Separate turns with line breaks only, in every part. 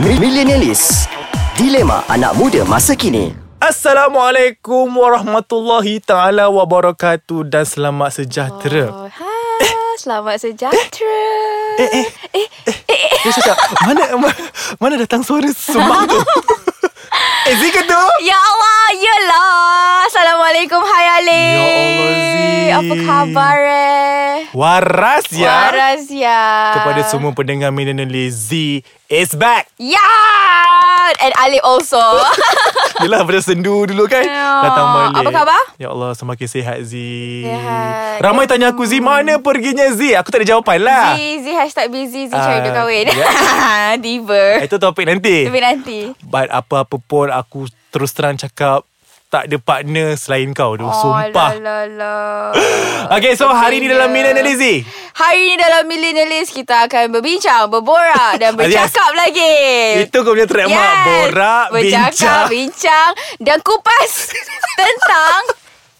Millenialis Dilema anak muda masa kini
Assalamualaikum warahmatullahi taala wabarakatuh dan selamat sejahtera.
Oh, hai, selamat sejahtera.
Eh eh. Eh eh. Dia cakap, mana ma- mana datang suara sembang tu? eh Zika tu.
Ya Allah, yelah. Assalamualaikum, hai Ali.
Ya Allah, Zee.
Apa khabar eh?
Waras ya.
Waras ya.
Kepada semua pendengar millennialis Z is back.
Ya. And Ali also.
Yelah pada sendu dulu kan
Ya.
Datang balik
Apa khabar?
Ya Allah semakin sihat Z
Sihat. Hmm.
Ramai tanya aku Z mana perginya Z Aku tak ada jawapan lah
Zee, Zee hashtag busy, Zee
Ah,
cari duit kahwin. Tiba.
Eh, Itu topik nanti
Tapi nanti.
But apa-apa pun aku terus terang cakap tak ada partner selain kau tu. Oh,
Oh,
Sumpah.
la, la, la.
Okay, so hari ni dalam Mina dan Lizzy.
Hari ni dalam Millennialist kita akan berbincang, berborak dan
Alias,
bercakap lagi.
Itu kau punya trademark. Borak, bincang.
Eh, Bercakap, bincang dan kupas tentang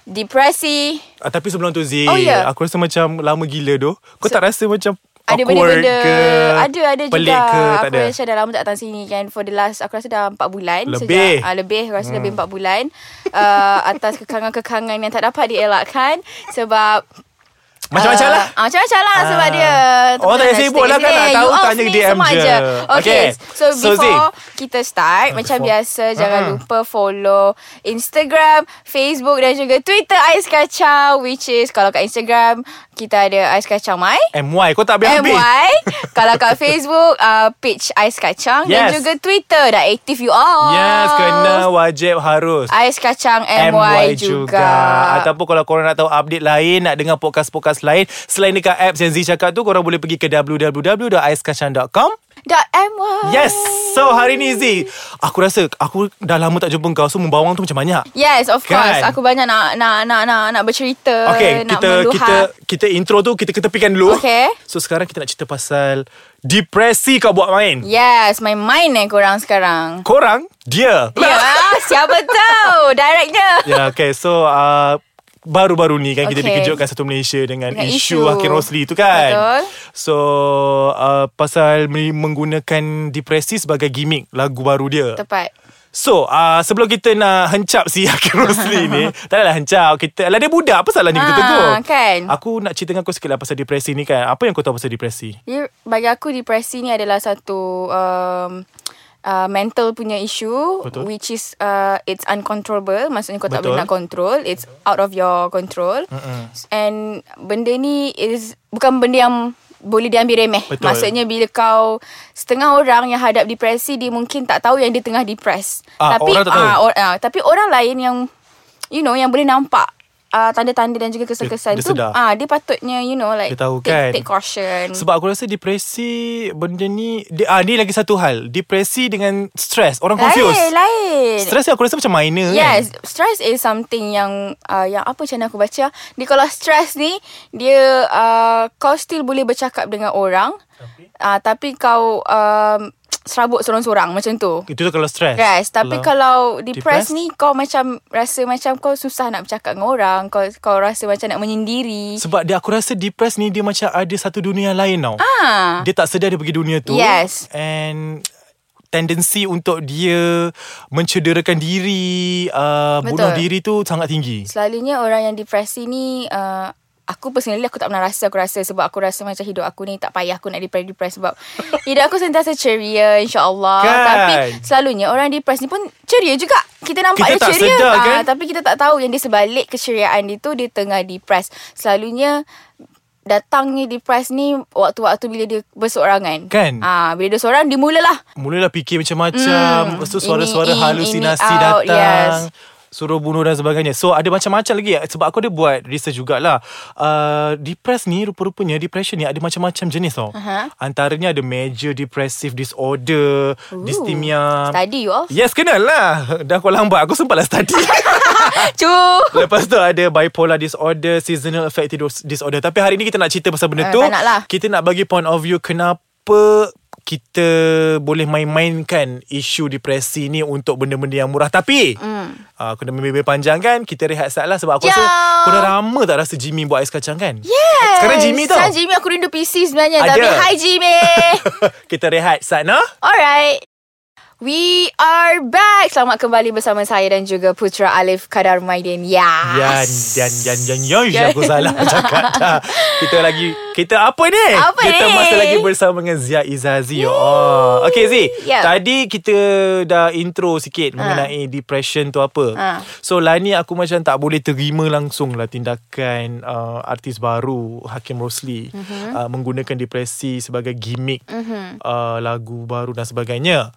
depresi.
Ah, tapi sebelum tu Z,
Oh, ya.
aku rasa macam lama gila tu. Kau tak rasa macam
Ada
awkward
benda-benda
ke,
Ada ada
pelik
juga
ke, tak
Aku
ada.
dan Syah dah lama tak datang sini kan For the last Aku rasa dah 4 bulan
Lebih.
sejak, uh, Lebih Aku rasa hmm. lebih 4 bulan uh, Atas kekangan-kekangan Yang tak dapat dielakkan Sebab
Macam-macam
Ah,
lah.
ah, Macam-macam lah Sebab
Ah.
dia
Orang tak sibuk lah kan, nak tahu,
Eh, You off
tanya
ni,
DM
semak
je.
Okay,
Okay.
So,
So,
before kita start Macam
before.
biasa Jangan
Ah.
lupa follow Instagram Facebook dan juga Twitter Ais Kacau Which is Kalau kat Instagram Kita ada Ais Kacau Mai
MY, kau tak habis-habis.
MY Kalau kat Facebook uh, Page Ais Kacang Dan
Yes.
juga Twitter Dah aktif you all
Yes, kena
Oh.
wajib harus.
Ais Kacang MY, juga,
Ataupun kalau korang nak tahu update lain Nak dengar podcast-podcast lain Selain dekat apps yang Z cakap tu Korang boleh pergi ke www.aiskacang.com
Dot MY
Yes So hari ni Z Aku rasa Aku dah lama tak jumpa kau So membawang tu macam banyak
Yes of
Kan?
course Aku banyak nak Nak nak nak, nak bercerita
Okay
Eh, Nak
kita
meluhat
kita kita intro tu kita ketepikan dulu
Okay.
So sekarang kita nak cerita pasal Depresi kau buat
Ya.
main
Yes My mind eh korang sekarang
Korang Dia
Ya Siapa tahu Directnya
Lah. Ya, okay. So, uh, baru-baru ni kan okay. kita
Okay.
dikejutkan satu Malaysia dengan, dengan
Dengan
isu,
isu.
Hakim Rosli tu kan.
Betul.
So, uh, pasal me- menggunakan depresi sebagai gimmick lagu baru dia.
Tepat
So, uh, sebelum kita nak hencap si Hakim Rosli ni, tak adalah hencap. Kita, lah dia budak, apa salahnya kita
Ah,
tegur?
kan.
Aku nak cerita dengan kau sikit lah pasal depresi ni kan. Apa yang kau tahu pasal depresi?
Dia, bagi aku depresi ni adalah satu um, uh, mental punya issue
Betul.
which is uh, it's uncontrollable maksudnya kau tak
Betul.
boleh nak control it's out of your control Mm-mm. and benda ni is bukan benda yang boleh diambil remeh
Betul.
maksudnya bila kau setengah orang yang hadap depresi dia mungkin tak tahu yang dia tengah depres
Ah,
tapi
orang tak tahu.
ah, or, ah, tapi orang lain yang you know yang boleh nampak uh, tanda-tanda dan juga kesan-kesan
Dia- dia
tu
sedar.
ah dia patutnya you know like
Dia tahu
take,
kan.
take caution
Sebab aku rasa depresi benda ni dia, ah ni lagi satu hal. Depresi dengan stres. Orang confused.
Lain, lain.
Stres aku rasa macam minor kan.
Yes, stress is something yang uh, yang apa macam mana aku baca. Dia kalau stress ni dia uh, kau still boleh bercakap dengan orang. Tapi, uh, tapi kau um, serabut seorang-seorang macam tu.
Itu tu kalau stres.
Yes, tapi kalau,
depressed?
depressed ni kau macam rasa macam kau susah nak bercakap dengan orang, kau kau rasa macam nak menyendiri.
sebab dia aku rasa depressed ni dia macam ada satu dunia lain tau.
Ah.
Dia tak sedar dia pergi dunia tu.
Yes.
And tendensi untuk dia mencederakan diri, uh,
Betul.
bunuh diri tu sangat tinggi.
Selalunya orang yang depresi ni uh, Aku personally aku tak pernah rasa Aku rasa sebab aku rasa macam hidup aku ni Tak payah aku nak depres-depres Sebab hidup aku sentiasa ceria InsyaAllah
Kan?
Tapi selalunya orang depres ni pun ceria juga Kita
Kita
nampak dia
tak
ceria
sedar,
Ah,
kan?
Tapi kita tak tahu yang di sebalik keceriaan dia tu Dia tengah depres Selalunya datangnya depres ni Waktu-waktu bila dia berseorangan
Kan?
Ah, Bila dia seorang dia mulalah
Mulalah fikir macam-macam, mm, lepas tu
Hmm. ini
suara-suara
in,
halusinasi
ini out,
datang.
yes.
Suruh bunuh dan sebagainya So ada macam-macam lagi Sebab aku ada buat research jugalah uh, Depress ni rupa-rupanya Depression ni ada macam-macam jenis tau
Aha.
Antaranya ada Major Depressive Disorder Dysthymia
Study you all
Yes kenal lah Dah kau lambat Aku sempat lah study
Cuh
Lepas tu ada Bipolar disorder Seasonal affective dis- disorder Tapi hari ni kita nak cerita pasal benda
Eh,
tu
tak nak lah.
Kita nak bagi point of view Kenapa kita boleh main-mainkan isu depresi ni untuk benda-benda yang murah tapi
Hmm.
mm. uh, kena lebih panjang kan kita rehat sekejap lah sebab aku rasa
Jom.
korang lama tak rasa Jimmy buat ais kacang kan
Yes.
sekarang Jimmy tau
Sekarang Jimmy aku rindu PC sebenarnya.
Ada.
Ada. Tapi hi Jimmy.
kita rehat sana
Alright. We are back. Selamat kembali bersama saya dan juga Putra Alif Kadar Maidin.
Yan,
Yes.
yan, yan, yan, yan. Yeah. Aku salah cakap dah. Kita lagi, kita apa ni?
Apa
kita
ni?
masih lagi bersama dengan Zia Izazi. Oh. Okay Zee,
Ya.
tadi kita dah intro sikit mengenai depression tu apa.
Ha.
So lah ni aku macam tak boleh terima langsung lah tindakan uh, artis baru Hakim Rosli
Mhm.
uh, menggunakan depresi sebagai gimmick uh, lagu baru dan sebagainya.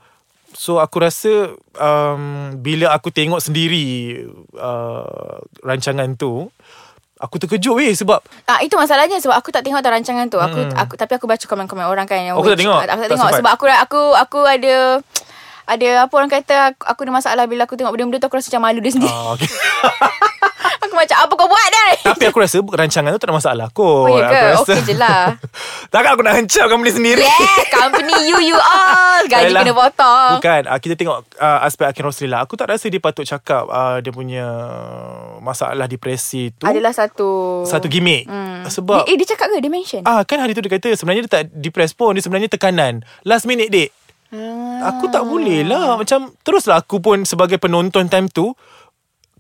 So aku rasa um, bila aku tengok sendiri uh, rancangan tu aku terkejut weh sebab
Ah itu masalahnya sebab aku tak tengok tau rancangan tu. Aku aku tapi aku baca komen-komen orang kan yang
Oh, kau Hmm. tak
which-
tengok?
Aku tak
Tak
tengok
sempat?
sebab aku aku aku ada ada apa orang kata aku, aku ada masalah bila aku tengok benda-benda tu aku rasa macam malu dia sendiri.
uh, okay.
aku macam apa kau buat dah?
tapi aku rasa rancangan tu tak ada masalah kot.
Oh, ya ke?
Aku rasa
Okey je lah.
Takkan aku nak hancurkan benda sendiri.
Yeah, company you you all. Gaji
Alah.
kena potong.
Bukan uh, Kita tengok uh, Aspek Akin Rosli lah Aku tak rasa dia patut cakap uh, Dia punya Masalah depresi tu
Adalah satu
Satu gimmick hmm. Sebab
dia, Eh dia cakap ke Dia mention
Ah kan hari tu dia kata sebenarnya dia tak depressed pun dia sebenarnya tekanan. Last minute date.
Ah.
Aku tak boleh lah Macam Teruslah aku pun Sebagai penonton time tu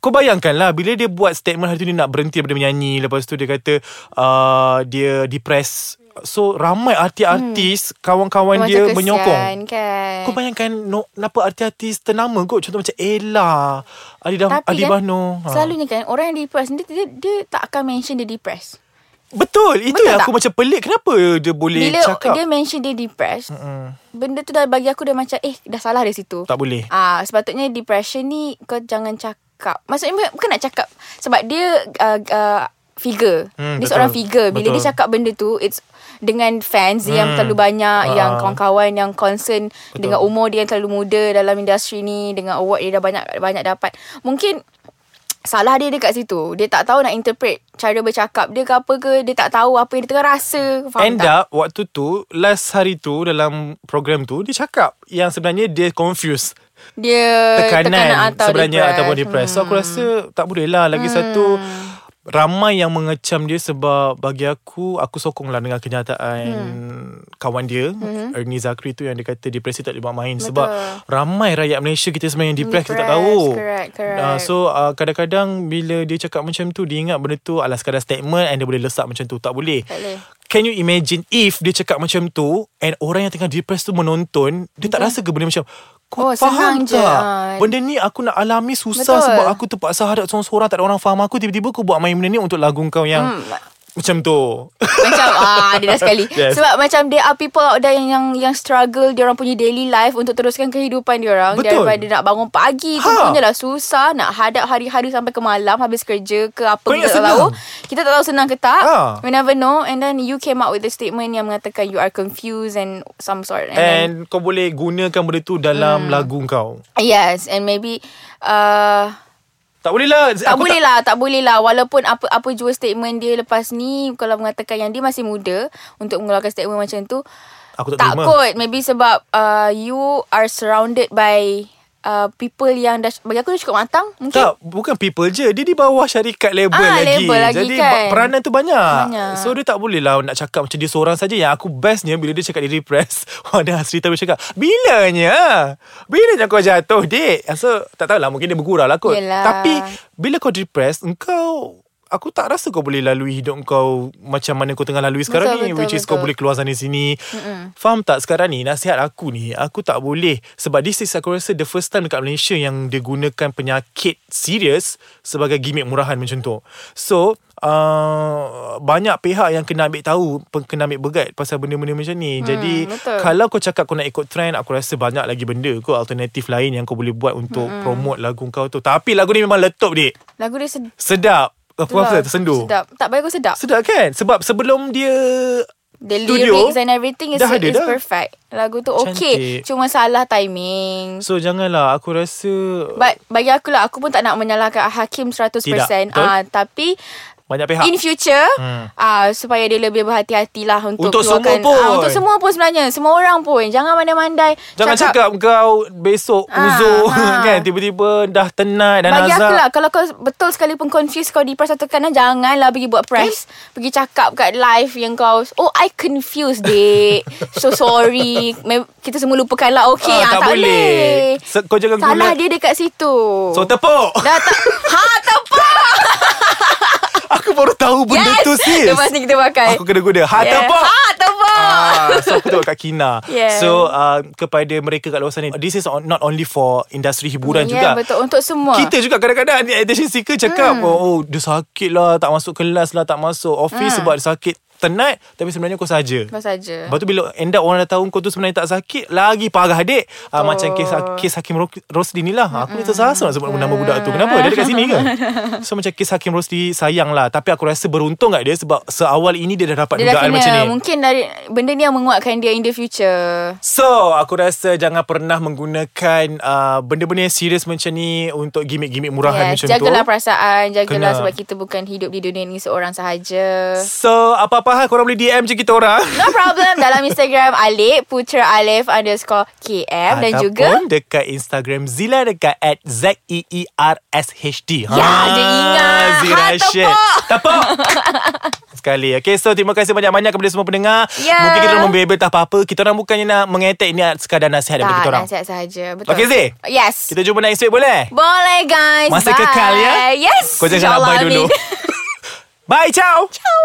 Kau bayangkan lah Bila dia buat statement Hari tu dia nak berhenti Daripada menyanyi Lepas tu dia kata uh, Dia depressed So ramai artis-artis Kawan-kawan
Hmm. Macam
dia
kesian,
menyokong
kan
Kau bayangkan no, Kenapa artis-artis ternama kot Contoh macam Ella Adi, Dah,
Tapi
Adi
kan
Bahno Ha.
Selalunya kan Orang yang depressed dia, dia, dia tak akan mention dia depressed
Betul Itu
Betul
yang
tak?
aku macam pelik Kenapa dia boleh
Bila
cakap
dia mention dia depressed Benda tu dah bagi aku Dah macam Eh dah salah dari situ
Tak boleh
Ah, Sepatutnya depression ni Kau jangan cakap Maksudnya bukan nak cakap Sebab dia uh, uh, Figure
Hmm,
Dia
betul.
seorang figure Bila
Betul.
dia cakap benda tu It's dengan fans yang terlalu
Ah.
banyak Yang kawan-kawan yang concern Betul. Dengan umur dia yang terlalu muda Dalam industri ni Dengan award dia dah banyak banyak dapat Mungkin Salah dia dekat situ Dia tak tahu nak interpret Cara bercakap dia ke apa ke Dia tak tahu apa yang dia tengah rasa Faham
End
tak?
up waktu tu Last hari tu Dalam program tu Dia cakap Yang sebenarnya dia confused
Dia
Tekanan,
tekanan atau
Sebenarnya
depressed. Hmm.
ataupun depressed So aku rasa Tak boleh lah Lagi hmm. satu Ramai yang mengecam dia sebab bagi aku aku sokonglah dengan kenyataan hmm. kawan dia hmm. Ernie Zakri tu yang dia kata depresi tak boleh buat main Betul. sebab ramai rakyat Malaysia kita sebenarnya yang depressed kita tak
Depressed,
tahu.
correct, correct.
Ah, so uh, kadang-kadang bila dia cakap macam tu dia ingat benda tu alas sekadar statement and dia boleh lesak macam tu tak boleh.
Tak boleh.
Can you imagine if dia cakap macam tu and orang yang tengah depressed tu menonton, dia
Hmm.
tak rasa ke benda macam kau oh,
Oh,
faham
senang je.
tak?
Ah.
Benda ni aku nak alami susah
Betul.
Betul. sebab aku terpaksa hadap seorang-seorang tak ada orang faham aku tiba-tiba aku buat main benda ni untuk lagu kau yang hmm. macam tu.
macam ah dia dah sekali.
Yes.
Yes. Sebab macam there are people out there yang yang, yang struggle dia orang punya daily life untuk teruskan kehidupan dia orang
Betul.
daripada nak bangun pagi tu
Ha.
punyalah susah nak hadap hari-hari sampai ke malam habis kerja ke apa
Kau
kita
ingat
tak
senang?
tahu. Kita tak tahu senang ke tak.
Ha.
We never know and then you came out with a statement yang mengatakan you are confused and some sort and, then,
And kau boleh gunakan benda tu dalam hmm. lagu kau.
yes and maybe uh,
Tak boleh lah.
tak
aku
boleh lah tak boleh lah walaupun apa apa jua statement dia lepas ni kalau mengatakan yang dia masih muda untuk mengeluarkan statement macam tu
Aku tak
tak
terima.
kot maybe sebab uh, you are surrounded by uh, people yang dah bagi aku dah cukup matang mungkin
Tak, bukan people je. Dia di bawah syarikat label
Ah,
lagi.
label lagi
Jadi
kan.
peranan tu banyak.
Banyak.
So dia tak boleh lah nak cakap macam dia seorang saja. Yang aku bestnya bila dia cakap dia repress. Wanda Hasri tak boleh cakap, bilanya? Bilanya kau jatuh, dek? So tak tahulah mungkin dia bergurau lah kot.
Yelah.
Tapi bila kau depressed, engkau... Aku tak rasa kau boleh lalui hidup kau macam mana kau tengah lalui sekarang
Betul,
ni
betul,
which is kau
betul.
boleh keluar sana sini. Mm-mm. Faham tak sekarang ni nasihat aku ni aku tak boleh sebab this is aku rasa the first time dekat Malaysia yang dia gunakan penyakit serius sebagai gimmick murahan macam tu. So uh, banyak pihak yang kena ambil tahu pe- kena ambil begat pasal benda-benda macam ni. Hmm, Jadi
betul.
kalau kau cakap kau nak ikut trend aku rasa banyak lagi benda kau alternatif lain yang kau boleh buat untuk mm promote lagu kau tu. Tapi lagu ni memang letup dik.
lagu dia sedap
Sedap. Aku rasa
lah.
tersendu.
sedap tak bagi aku sedap
Sedap kan? Sebab sebelum dia
the
studio,
lyrics and everything is,
dah ada
is
dah.
perfect lagu tu okay
Cantik.
cuma salah timing
So janganlah aku rasa
But bagi aku lah Aku pun tak nak menyalahkan Hakim
Tidak,
100%
betul.
Ah, Tapi
banyak pihak.
In future
Hmm.
hmm. uh, Supaya dia lebih berhati-hati lah Untuk,
Untuk semua
keluarkan-
pun.
ah, Untuk semua pun sebenarnya Semua orang pun Jangan mandai-mandai
Jangan cakap, cakap kau besok
Ah,
uzur
ah.
kan tiba-tiba dah tenat dan
Bagi
azab.
aku lah Kalau kau betul sekali pun confused Kau dipersatukan Janganlah pergi buat press
Eh?
Pergi cakap kat live Yang kau Oh I confused dek So sorry Mem- Kita semua lupakan lah Okay
Ah,
ah,
tak boleh. Se- kau jangan
Salah
guna-
dia dekat situ
So tepuk.
Dah tak Ha tepat
aku baru tahu benda
Yes
tu sis.
Lepas ni kita pakai
Aku kena guna. Ha
Yeah.
tepuk.
Ha tepat
Ah, so aku tengok kat Kina
Yeah.
So uh, kepada mereka kat luar sana This is on, not only for industri hiburan juga
Ya betul Untuk semua
Kita juga kadang-kadang ni Attention seeker
Hmm.
cakap oh, oh dia sakit lah Tak masuk kelas lah Tak masuk office Sebab dia sakit Tenat Tapi sebenarnya kau saja
Hmm. Kau saja
Lepas tu bila end up orang dah tahu kau tu sebenarnya tak sakit Lagi parah adik ah, Macam kes, kes Hakim Ro- Rosli ni lah Aku
Hmm.
ni tersasa nak sebut nama budak tu Kenapa? Dia dekat sini ke? So macam kes Hakim Rosli sayang lah Tapi aku rasa beruntung kat dia Sebab seawal ini dia dah dapat
Dia dah
dugaan
kena
kan macam ni
Mungkin dari Benda ni yang menguatkan dia In the future
So aku rasa jangan pernah menggunakan uh, Benda-benda yang serius macam ni Untuk gimmick-gimmick murahan
Yes,
macam tu
jagalah perasaan Jagalah
Kena.
sebab kita bukan hidup di dunia ni seorang sahaja
So apa-apa hal korang boleh DM je kita orang
No problem Dalam Instagram Alif Putra Alif Underscore KM Dan
Ataupun
juga
dekat Instagram Zila dekat at E Z-E-E-R-S-H-D
Ya, dia ingat.
Zira
Ha, tepuk.
Syed. Ha, Tepuk Sekali Okay so terima kasih banyak-banyak Kepada semua pendengar
Ya.
Mungkin kita orang membebel tak apa-apa Kita orang bukannya nak mengetek Ini sekadar nasihat daripada
Tak
kita orang
nasihat sahaja Betul
Okey, Zee?
Yes
Kita jumpa next week boleh?
Boleh guys
Masih
Bye.
kekal ya
Yes
Kau jangan nak
InsyaAllah,
bye dulu
amin.
Bye ciao